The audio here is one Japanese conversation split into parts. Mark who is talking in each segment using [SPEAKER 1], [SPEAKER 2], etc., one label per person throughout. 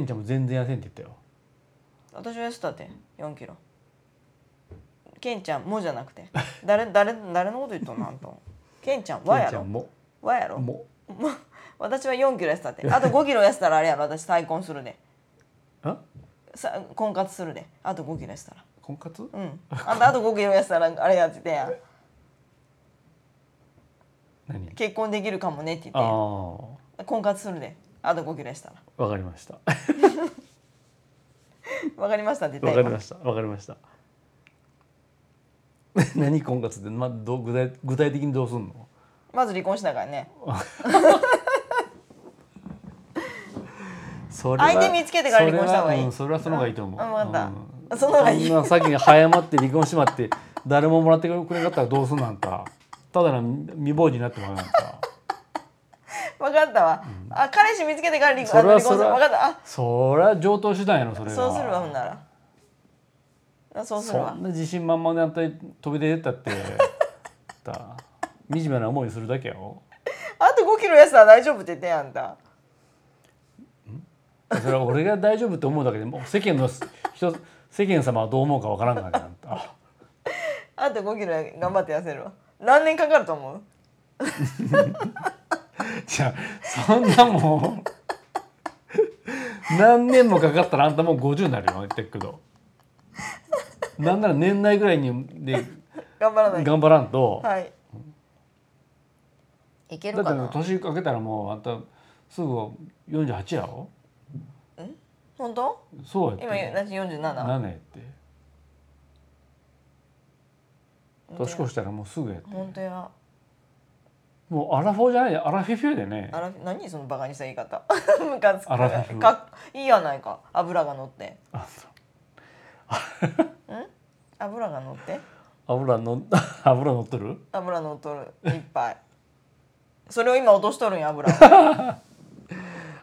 [SPEAKER 1] んちゃんも全然痩せんって言ったよ
[SPEAKER 2] 私は痩せたって4キロケンちゃんもじゃなくて誰誰誰のこと言っとんのあんたケンちゃんは
[SPEAKER 1] け
[SPEAKER 2] や
[SPEAKER 1] んちゃ
[SPEAKER 2] ろ
[SPEAKER 1] んも
[SPEAKER 2] わやろ
[SPEAKER 1] も
[SPEAKER 2] 私は4キロ痩せたってあと5キロ痩せたらあれやろ私再婚するで
[SPEAKER 1] あ
[SPEAKER 2] さ婚活するであと5キロ痩せたら
[SPEAKER 1] 婚活
[SPEAKER 2] うんあんたあと5キロ痩せたらあれやっててや
[SPEAKER 1] 何
[SPEAKER 2] 結婚できるかもねって
[SPEAKER 1] ああ
[SPEAKER 2] 言って婚活するであと5キロ痩せたら
[SPEAKER 1] わかりました
[SPEAKER 2] わかりましたって言
[SPEAKER 1] わ
[SPEAKER 2] っ
[SPEAKER 1] か
[SPEAKER 2] た
[SPEAKER 1] りま
[SPEAKER 2] 今
[SPEAKER 1] したわかりました 何婚活って、まあ、どう具体具体的にどうすんの
[SPEAKER 2] まず離婚したからね
[SPEAKER 1] それは
[SPEAKER 2] 相手見つけてから離婚した方が
[SPEAKER 1] それは,、
[SPEAKER 2] いい
[SPEAKER 1] うん、それはその方がいいと思う
[SPEAKER 2] あわかったその方
[SPEAKER 1] そ
[SPEAKER 2] がいい
[SPEAKER 1] んな先に早まって離婚しまって誰ももらってくれなかったらどうすんなんかただの未亡人になってもら うなんか
[SPEAKER 2] 分かったわ、あ彼氏見つけてから離
[SPEAKER 1] そ
[SPEAKER 2] 婚あ
[SPEAKER 1] れ
[SPEAKER 2] の
[SPEAKER 1] は
[SPEAKER 2] 離婚
[SPEAKER 1] そ
[SPEAKER 2] す
[SPEAKER 1] れ
[SPEAKER 2] る
[SPEAKER 1] は
[SPEAKER 2] 分かったあ
[SPEAKER 1] そりゃ上等手段やろそれは
[SPEAKER 2] そうするわほんならあそうする
[SPEAKER 1] そ
[SPEAKER 2] わ
[SPEAKER 1] んな自信満々であんたに飛び出てったってだ惨めな思いするだけやろ
[SPEAKER 2] あと5キロ痩せたら大丈夫って言ってんやんあんた
[SPEAKER 1] それは俺が大丈夫って思うだけでもう世間の人世間様はどう思うかわからんからねあんたあ
[SPEAKER 2] あと5キロ頑張って痩せるわ何年かかると思う
[SPEAKER 1] じゃあそんなもう何年もかかったらあんたもう50になるよ言ってっけどなんなら年内ぐらいにで
[SPEAKER 2] 頑張らない
[SPEAKER 1] 頑張らんと、
[SPEAKER 2] はいいけ
[SPEAKER 1] だ
[SPEAKER 2] る
[SPEAKER 1] って
[SPEAKER 2] か
[SPEAKER 1] もう
[SPEAKER 2] な
[SPEAKER 1] 年かけたらもうあんたすぐ48やろ
[SPEAKER 2] 本当
[SPEAKER 1] そうやって
[SPEAKER 2] 今私47
[SPEAKER 1] 7やって年越したらもうすぐやって
[SPEAKER 2] 本当や
[SPEAKER 1] もうアラフォーじゃないアラフィフやでね
[SPEAKER 2] あら何そのバカにした言い方 ムカつく
[SPEAKER 1] アラフィフ
[SPEAKER 2] かいいやないか油が乗って
[SPEAKER 1] あそう
[SPEAKER 2] 油が乗って
[SPEAKER 1] 油の 油乗っとる
[SPEAKER 2] 油乗っとるいっぱいそれを今落としとるんや油を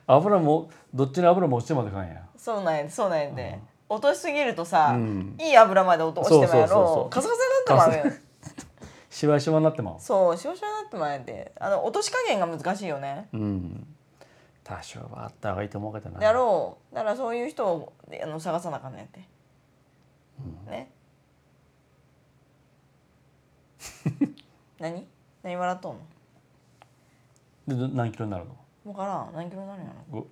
[SPEAKER 1] 油もどっちの油も落ちてまでかんや
[SPEAKER 2] そうなんやそうなんやで、落としすぎるとさ、
[SPEAKER 1] うん
[SPEAKER 2] いい油まで落としてもや
[SPEAKER 1] そうそうそうそ
[SPEAKER 2] ろ
[SPEAKER 1] う
[SPEAKER 2] カサカサになってまうやん
[SPEAKER 1] しわしわになってまう
[SPEAKER 2] そうしわしわになってまうやんであの落とし加減が難しいよね
[SPEAKER 1] うん多少はあった方がいいと思うけどな
[SPEAKER 2] やろうだからそういう人をあの探さなあかんねんって、ね 何何笑っとんの
[SPEAKER 1] でど何キロになるの
[SPEAKER 2] 分からん何キロになるんやろ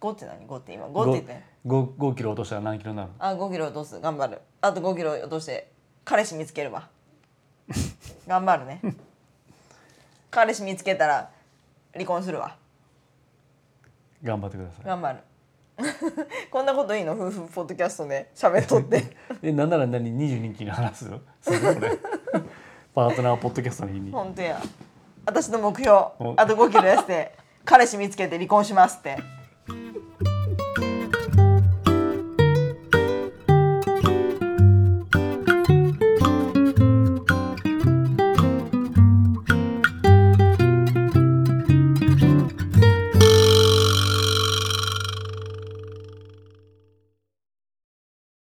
[SPEAKER 1] ご
[SPEAKER 2] 5って何5って今5って言って
[SPEAKER 1] ご5キロ落としたら何キロになるの
[SPEAKER 2] あ5キロ落とす頑張るあと5キロ落として彼氏見つけるわ頑張るね彼氏見つけたら離婚するわ
[SPEAKER 1] 頑張ってくだ さい
[SPEAKER 2] 頑張るこんなこといいの夫婦ポッドキャストで喋っとって
[SPEAKER 1] えなんなら何22期に話すするこ れパートナーポッドキャストの日に
[SPEAKER 2] 本当や私の目標あ
[SPEAKER 1] お
[SPEAKER 2] と5キロ痩せて彼氏見つけて離婚しますって